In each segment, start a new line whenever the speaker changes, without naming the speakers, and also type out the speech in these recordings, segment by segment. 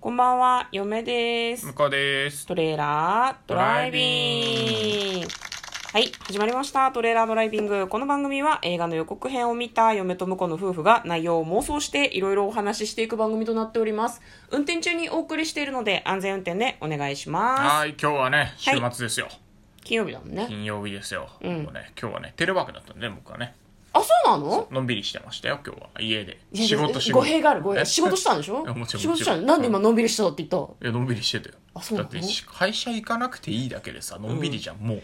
こんばんは、嫁です
向。こうです。
トレーラードライビング。はい、始まりました。トレーラードライビング。この番組は映画の予告編を見た嫁と婿の夫婦が内容を妄想していろいろお話ししていく番組となっております。運転中にお送りしているので安全運転でお願いします。
はい、今日はね、週末ですよ。
金曜日だもんね。
金曜日ですよ。もうね、今日はね、テレワークだったんで、僕はね、
あ、そうなの
のんびりしてましたよ、今日は。家で。
いや
仕
いや
事、仕事。
語弊がある、 語弊。
ね
仕事したんでしょ
いやもちろん
仕事した
もちろ
の
ん
なんで今のんびりしたのって言った
いや、のんびりしてたよ。
あそうな
だ
の
って、し会社行かなくていいだけでさ、のんびりじゃん、もう。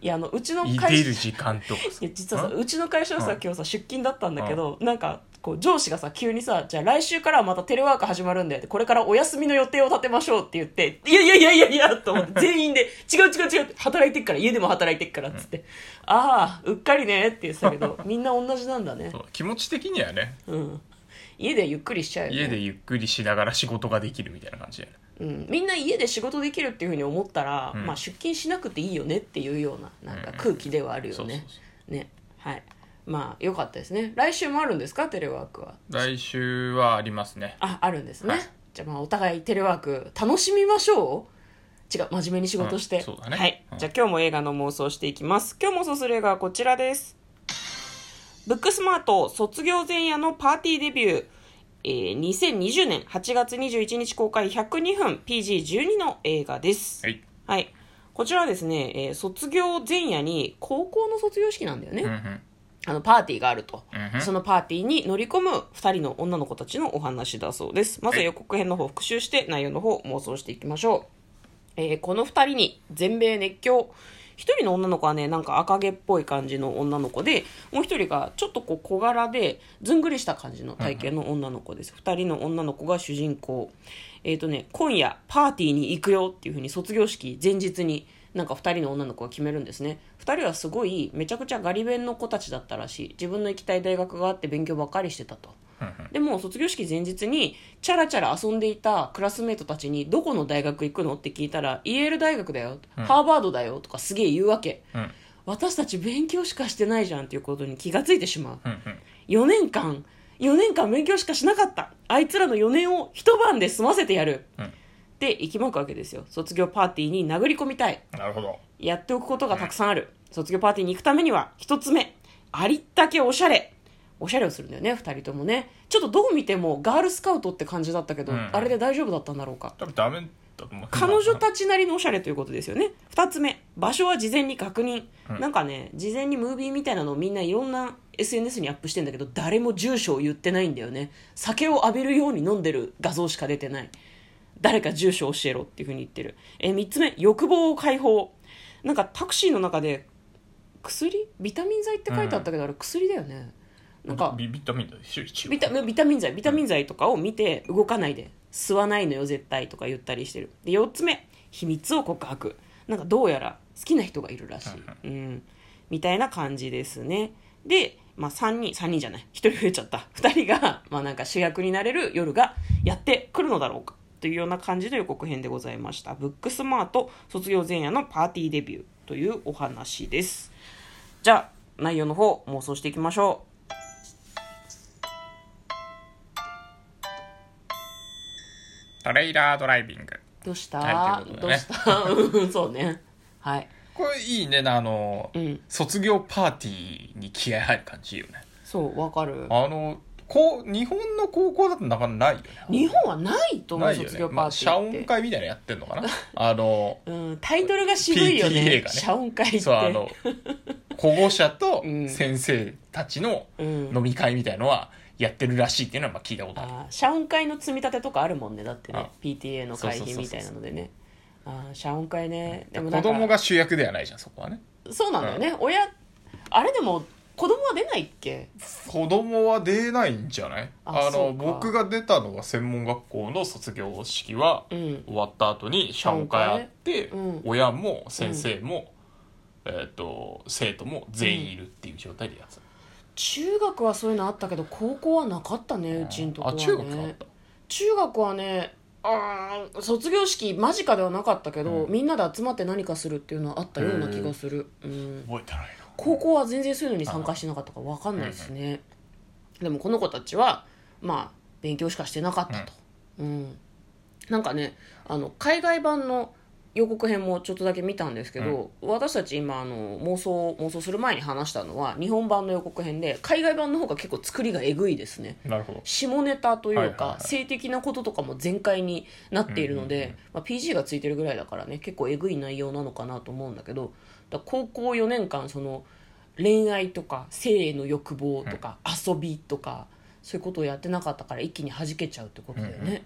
いや、あの、うちの
い
会
出
社
る。時間とかさ
いや実はさ
ん
うちの会社はさ
うん
今日さ出勤だったんだけどなんかこう上司がさ急にさ「じゃあ来週からはまたテレワーク始まるんだよ」ってこれからお休みの予定を立てましょうって言って「いやいやいやいやいや」と思 って全員で「違う違う違う」って働いてっから家でも働いてっからっつって「ああうっかりね」って言ってたけ どみんな同じなんだね
そう気持ち的にはね、
うん家でゆっくりしちゃうよ、ね、
家でゆっくりしながら仕事ができるみたいな感じだよね。
うん、みんな家で仕事できるっていうふうに思ったら、
ん
まあ、出勤しなくていいよねっていうようななんか空気ではあるよね、
そうそう
ねはいまあよかったですね来週もあるんですかテレワークは
来週はありますね。
ああるんですね、
はい
じゃあまあお互いテレワーク楽しみましょう違う真面目に仕事して、
うんそうだね
はい、
うん
じゃあ今日も映画の妄想していきます今日妄想する映画はこちらですブックスマート卒業前夜のパーティーデビューえー2020年8月21日公開102分 PG12 の映画です。
はい。
はい。こちらはですね、えー卒業前夜に高校の卒業式なんだよね。
うんうん。
あの、パーティーがあると。
うんうん
そのパーティーに乗り込む2人の女の子たちのお話だそうです。まずは予告編の方を復習して内容の方を妄想していきましょう。えーこの2人に全米熱狂。1人の女の子はね、なんか赤毛っぽい感じの女の子で、もう1人がちょっとこう小柄で、ずんぐりした感じの体型の女の子です。2人の女の子が主人公。えっ、とね、今夜パーティーに行くよっていう風に卒業式前日になんか2人の女の子が決めるんですね2人はすごいめちゃくちゃガリ勉の子たちだったらしい自分の行きたい大学があって勉強ばっかりしてたと
うんうん
でも卒業式前日にチャラチャラ遊んでいたクラスメートたちにどこの大学行くのって聞いたらイエール大学だよ、ハーバードだよとかすげえ言うわけ
うん
私たち勉強しかしてないじゃんっていうことに気がついてしまう
うんうん。
4年間4年間勉強しかしなかったあいつらの4年を一晩で済ませてやる、
うん
って行きまくわけですよ卒業パーティーに殴り込みたい
なるほど。
やっておくことがたくさんある、卒業パーティーに行くためには一つ目ありったけおしゃれおしゃれをするんだよね2人ともねちょっとどう見てもガールスカウトって感じだったけど、
うん
あれで大丈夫だったんだろうか
多分ダメだと思う。
彼女たちなりのおしゃれということですよね2つ目場所は事前に確認、
うん
なんかね事前にムービーみたいなのをみんないろんな SNS にアップしてんだけど誰も住所を言ってないんだよね酒を浴びるように飲んでる画像しか出てない誰か住所を教えろっていうふうに言ってるえ3つ目欲望を解放なんかタクシーの中で薬ビタミン剤って書いてあったけど、あれ薬だよねなんか
ビビタミンだでしょ一応
ビタビタミン剤ビタミン剤とかを見て動かないで吸わないのよ絶対とか言ったりしてるで4つ目秘密を告白なんかどうやら好きな人がいるらしい、うん、みたいな感じですねで、まあ、3人3人じゃない1人増えちゃった2人が、まあ、なんか主役になれる夜がやってくるのだろうかというような感じの予告編でございましたブックスマート卒業前夜のパーティーデビューというお話ですじゃあ内容の方妄想していきましょう
トレイラードライビング
どうした、
はいというこ
ど
と
う
でね
したうんそうね。はい。
これいいねあの、
うん。
卒業パーティーに気合入る感じいいよね
そう、わかる。
あのこう日本の高校だとなかなかないよね
日本はないと思う、
ないよ
卒
ね
業
ま
パ
あ
ーティー
謝
っ
恩
て。
会みたいなのやってんの かなあの
うん、タイトルが渋いよ
PTA
ね。
がね
謝恩会って。
そうあの保護者と
うん
先生たちの
うん
飲み会みたいのはやってるらしいっていうのはまあ聞いたことある
あー謝恩会の積み立てとかあるもんね。だってね
あ。
PTA の会費みたいなのでね。あー謝恩会ね。でもな
子
んか
供が主役ではないじゃんそこはね
そうなんだよね。親、あれでも、子供は出ないっけ
子供は出ないんじゃない
あ
あ
そ
の
うか
僕が出たのが専門学校の卒業式は
うん。
終わった後に謝恩会あって、
うん
親も先生も、えっと生徒も全員いるっていう状態でやってた、
中学はそういうのあったけど、高校はなかったね、うちんとこは、
あ
ね。
中学だった
中学はねあー卒業式間近ではなかったけど、
うん
みんなで集まって何かするっていうのはあったような気がする、うん、
覚えてないな
高校は全然そういうのに参加してなかったから分かんないですね、でもこの子たちはまあ勉強しかしてなかったと、うんなんかねあの海外版の予告編もちょっとだけ見たんですけど、私たち今あの妄想妄想する前に話したのは日本版の予告編で海外版の方が結構作りがえぐいですね
なるほど
下ネタというか、
はいはいはい
性的なこととかも全開になっているので、
うんうんう
まあ、PG がついてるぐらいだからね結構えぐい内容なのかなと思うんだけどだ高校4年間その恋愛とか性への欲望とか、遊びとかそういうことをやってなかったから一気に弾けちゃうってことだよね。
うんう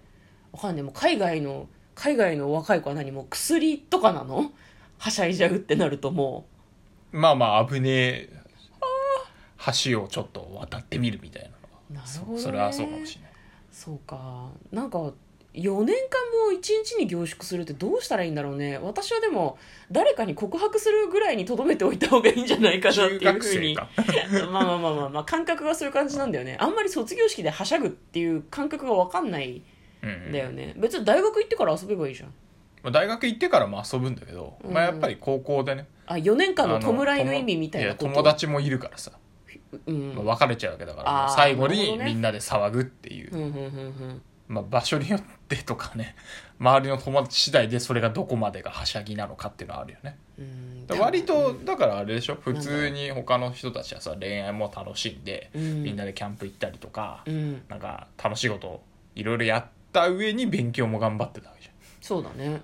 わかんないもう海外の海外の若い子は何もう薬とかなのはしゃいじゃうってなるとも
まあまあ危ねえ橋をちょっと渡ってみるみたいな
うなる
そ
ほど、ね、
それはそうかもしれない
そうかなんか4年間も1日に凝縮するってどうしたらいいんだろうね私はでも誰かに告白するぐらいにとどめておいた方がいいんじゃないかなってい
中
う
学
ふう
生
に
か
まあまあまあまあ、まあ、感覚がそういう感じなんだよねあんまり卒業式ではしゃぐっていう感覚が分かんない
うんうん
んだよね別に大学行ってから遊べばいいじゃん
まあ、大学行ってからも遊ぶんだけど、
うん
まあ、やっぱり高校でね
あ4年間の弔いの
友
意味みたいなこと
や友達もいるからさ、
うん、
まあ、別れちゃうわけだか
あー
ら、もう最
な
後
るほ
に
どね
みんなで騒ぐっていう、
うんうんうんうん
まあ、場所によってとかね 周りの友達次第でそれがどこまでがはしゃぎなのかっていうのはあるよね
うん
だから割
う
と
ん
だからあれでしょ普通に他の人たちはさ恋愛も楽しんで、
うん
みんなでキャンプ行ったりとか、
うん
なんか楽しいことをいろいろやった上に勉強も頑張ってたわけじゃん
そうだね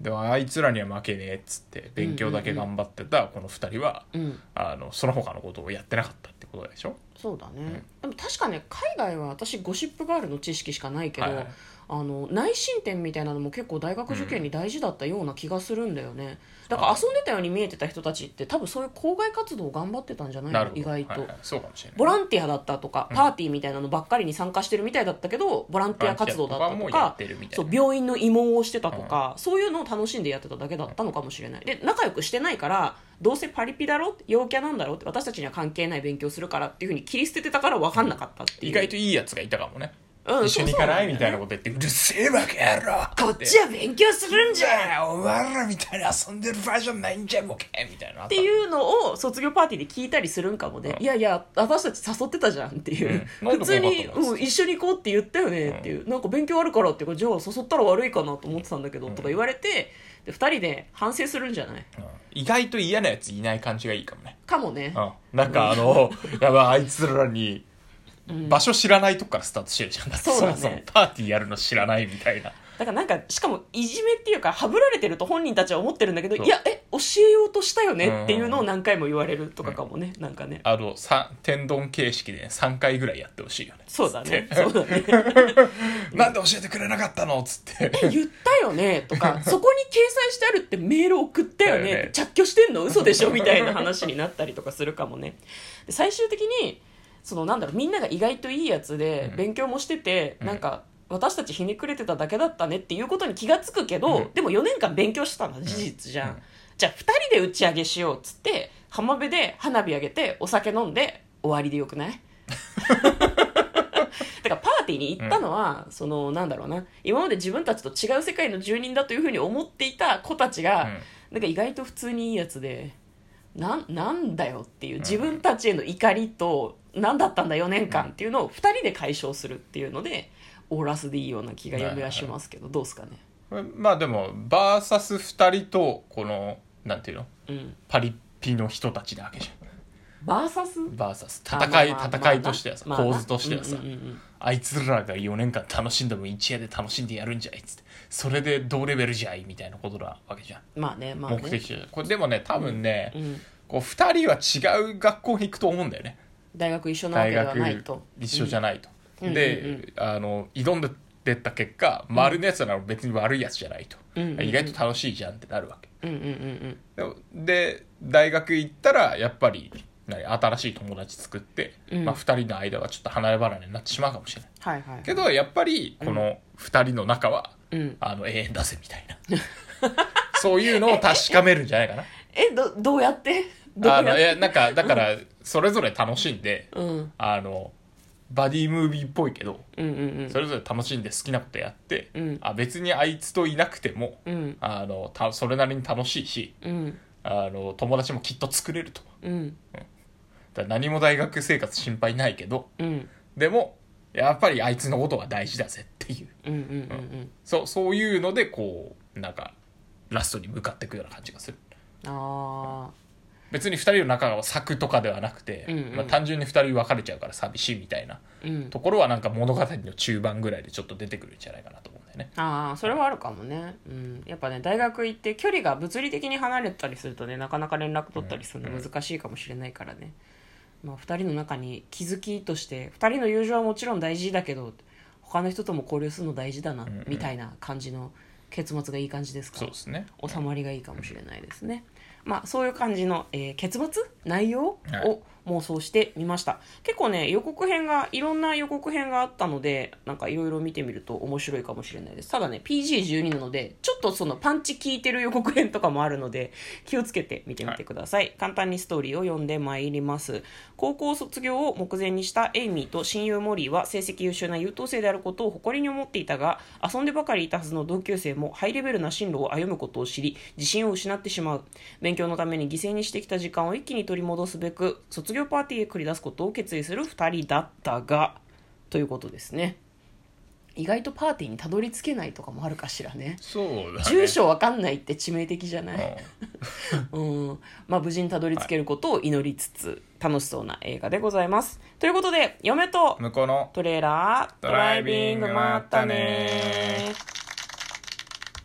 でもあいつらには負けねえっつって勉強だけ頑張ってたこの2人は、
うん
あのその他のことをやってなかったってことでしょ
そうだね、でも確かね海外は私ゴシップガールの知識しかないけど、
はいはい
あの内申点みたいなのも結構大学受験に大事だったような気がするんだよね、だから遊んでたように見えてた人たちって多分そういう校外活動を頑張ってたんじゃない
なる
の
ほど
意外と、
はいはいそうかもしれない
ボランティアだったとかパーティーみたいなのばっかりに参加してるみたいだったけどボランティア活動だったと
ボランティアとかもや
か
ってるみたいな
そう病院の慰問をしてたとか、そういうのを楽しんでやってただけだったのかもしれないで仲良くしてないからどうせパリピだろ陽キャなんだろって私たちには関係ない勉強するからっていうふうに切り捨ててたから分かんなかったっていう
意外といいやつがいたかもね、
うん
一緒に行かないみたいな
こ
こと言ってうるせえわけやろ
こっちは勉強するんじゃんっ
ゃお前らみたいに遊んでる場所ないんじゃボケみたいなって
いうのを卒業パーティーで聞いたりするんかもね、
うん
いやいや私たち誘ってたじゃんっていう、
うんなん
普通
で
に、
来なかったの
うん、一緒に行こうって言ったよねっていう、なんか勉強あるからっていうからじゃあ誘ったら悪いかなと思ってたんだけど、とか言われてで2人で反省するんじゃない
意外と嫌なやついない感じがいいかもね、
かもね、
うん、なんかあのやばいあいつらに場所知らないとこからスタートしてるじゃんだって
そう
そ
だね
もそもパーティーやるの知らないみたいな
だからなんかしかもいじめっていうかはぶられてると本人たちは思ってるんだけど
そう
いやえ教えようとしたよねっていうのを何回も言われるとかかもね、なんかね
あのさ天丼形式で、ね、3回ぐらいやってほしいよね
そうだねそうだね
なんで教えてくれなかったのっつって
え言ったよねと かそこに掲載してあるってメール送ったよ
だよ
ね
ね
着去してんの嘘でしょみたいな話になったりとかするかもねで最終的にそのなんだろうみんなが意外といいやつで
うん
勉強もしてて、
うん
なんか私たちひねくれてただけだったねっていうことに気が付くけど、
うん
でも4年間勉強してたのは事実じゃん、
うんうん
じゃあ2人で打ち上げしようっつって浜辺で花火上げてお酒飲んで終わりでよくない だからパーティーに行ったのは、そのなんだろうな今まで自分たちと違う世界の住人だというふうに思っていた子たちが、
うん
なんか意外と普通にいいやつでなんなんだよっていう自分たちへの怒りと何だったんだ4年間っていうのを2人で解消するっていうのでオーラスでいいような気が嫁はしますけど、どうですかね、
まあでもバーサス2人とこのなんていうの
うん、
パリッピの人たちなわけじ
バーサス
ゃんバーサス戦い
あまあまあ
戦いとしてはさ
まあな
構図としてはさ
うんうんうんうん
あいつらが4年間楽しんでも一夜で楽しんでやるんじゃいっつってそれで同レベルじゃいみたいなことなわけじゃん
まあねまあね
目的地これでもね多分ね
うん、
こう2人は違う学校に行くと思うんだよね
大学一緒なわけ
大
では
学
ないと
一緒じゃないと
うんうんうん
であの挑んでった結果周りのやつなら別に悪いやつじゃないと
うんうんうん
意外と楽しいじゃんってなるわけ
うんうんうんうん
でもで大学行ったらやっぱり何新しい友達作って、
うん
まあ、2人の間はちょっと離れ離れになってしまうかもしれない
はいはい
けどやっぱりこの2人の仲は、
うん
あの永遠だぜみたいな そういうのを確かめるんじゃないかな
え どどうやってどう
あ
やっ
のい
て
やなんかだからそれぞれ楽しんで
うんうん
あのバディムービーっぽいけど
うんうん
それぞれ楽しんで好きなことやって、
うん
あ別にあいつといなくても
うん
あのたそれなりに楽しいし
うん
あの友達もきっと作れると。
うん
だから何も大学生活心配ないけど
うん
でもやっぱりあいつのことが大事だぜっていう
うんうんうん
そうそういうのでこうなんかラストに向かっていくような感じがする
うんあ
別に2人の仲が咲くとかではなくて、
うんうん
まあ、単純に2人別れちゃうから寂しいみたいな
あうん
ところはなんか物語の中盤ぐらいでちょっと出てくるんじゃないかなと思うんだよね
ああそれはあるかもね、うん、やっぱね大学行って距離が物理的に離れたりするとねなかなか連絡取ったりするの難しいかもしれないからね、まあ、2人の中に気づきとして2人の友情はもちろん大事だけど他の人とも交流するの大事だな、
んうん
みたいな感じの結末がいい感じですか
そうですね
収まりがいいかもしれないですね。まあ、そういう感じの、えー結末内容
はい
を妄想してみました、結構ね予告編がいろんな予告編があったのでなんかいろいろ見てみると面白いかもしれないですただね PG12 なのでちょっとそのパンチ効いてる予告編とかもあるので気をつけて見てみてください、簡単にストーリーを読んでまいります高校卒業を目前にしたエイミーと親友モリーは成績優秀な優等生であることを誇りに思っていたが遊んでばかりいたはずの同級生もハイレベルな進路を歩むことを知り自信を失ってしまう勉強のために犠牲にしてきた時間を一気に取り戻すべく卒業パーティーへ繰り出すことを決意する2人だったがということですね意外とパーティーにたどり着けないとかもあるかしらね
そうだね
住所わかんないって致命的じゃない
うん
うんまあ、無事にたどり着けることを祈りつつ、楽しそうな映画でございます。ということで、嫁と
向こうの
トレーラー、
ドライビング
ま
ま
た
た
ね
ね
ー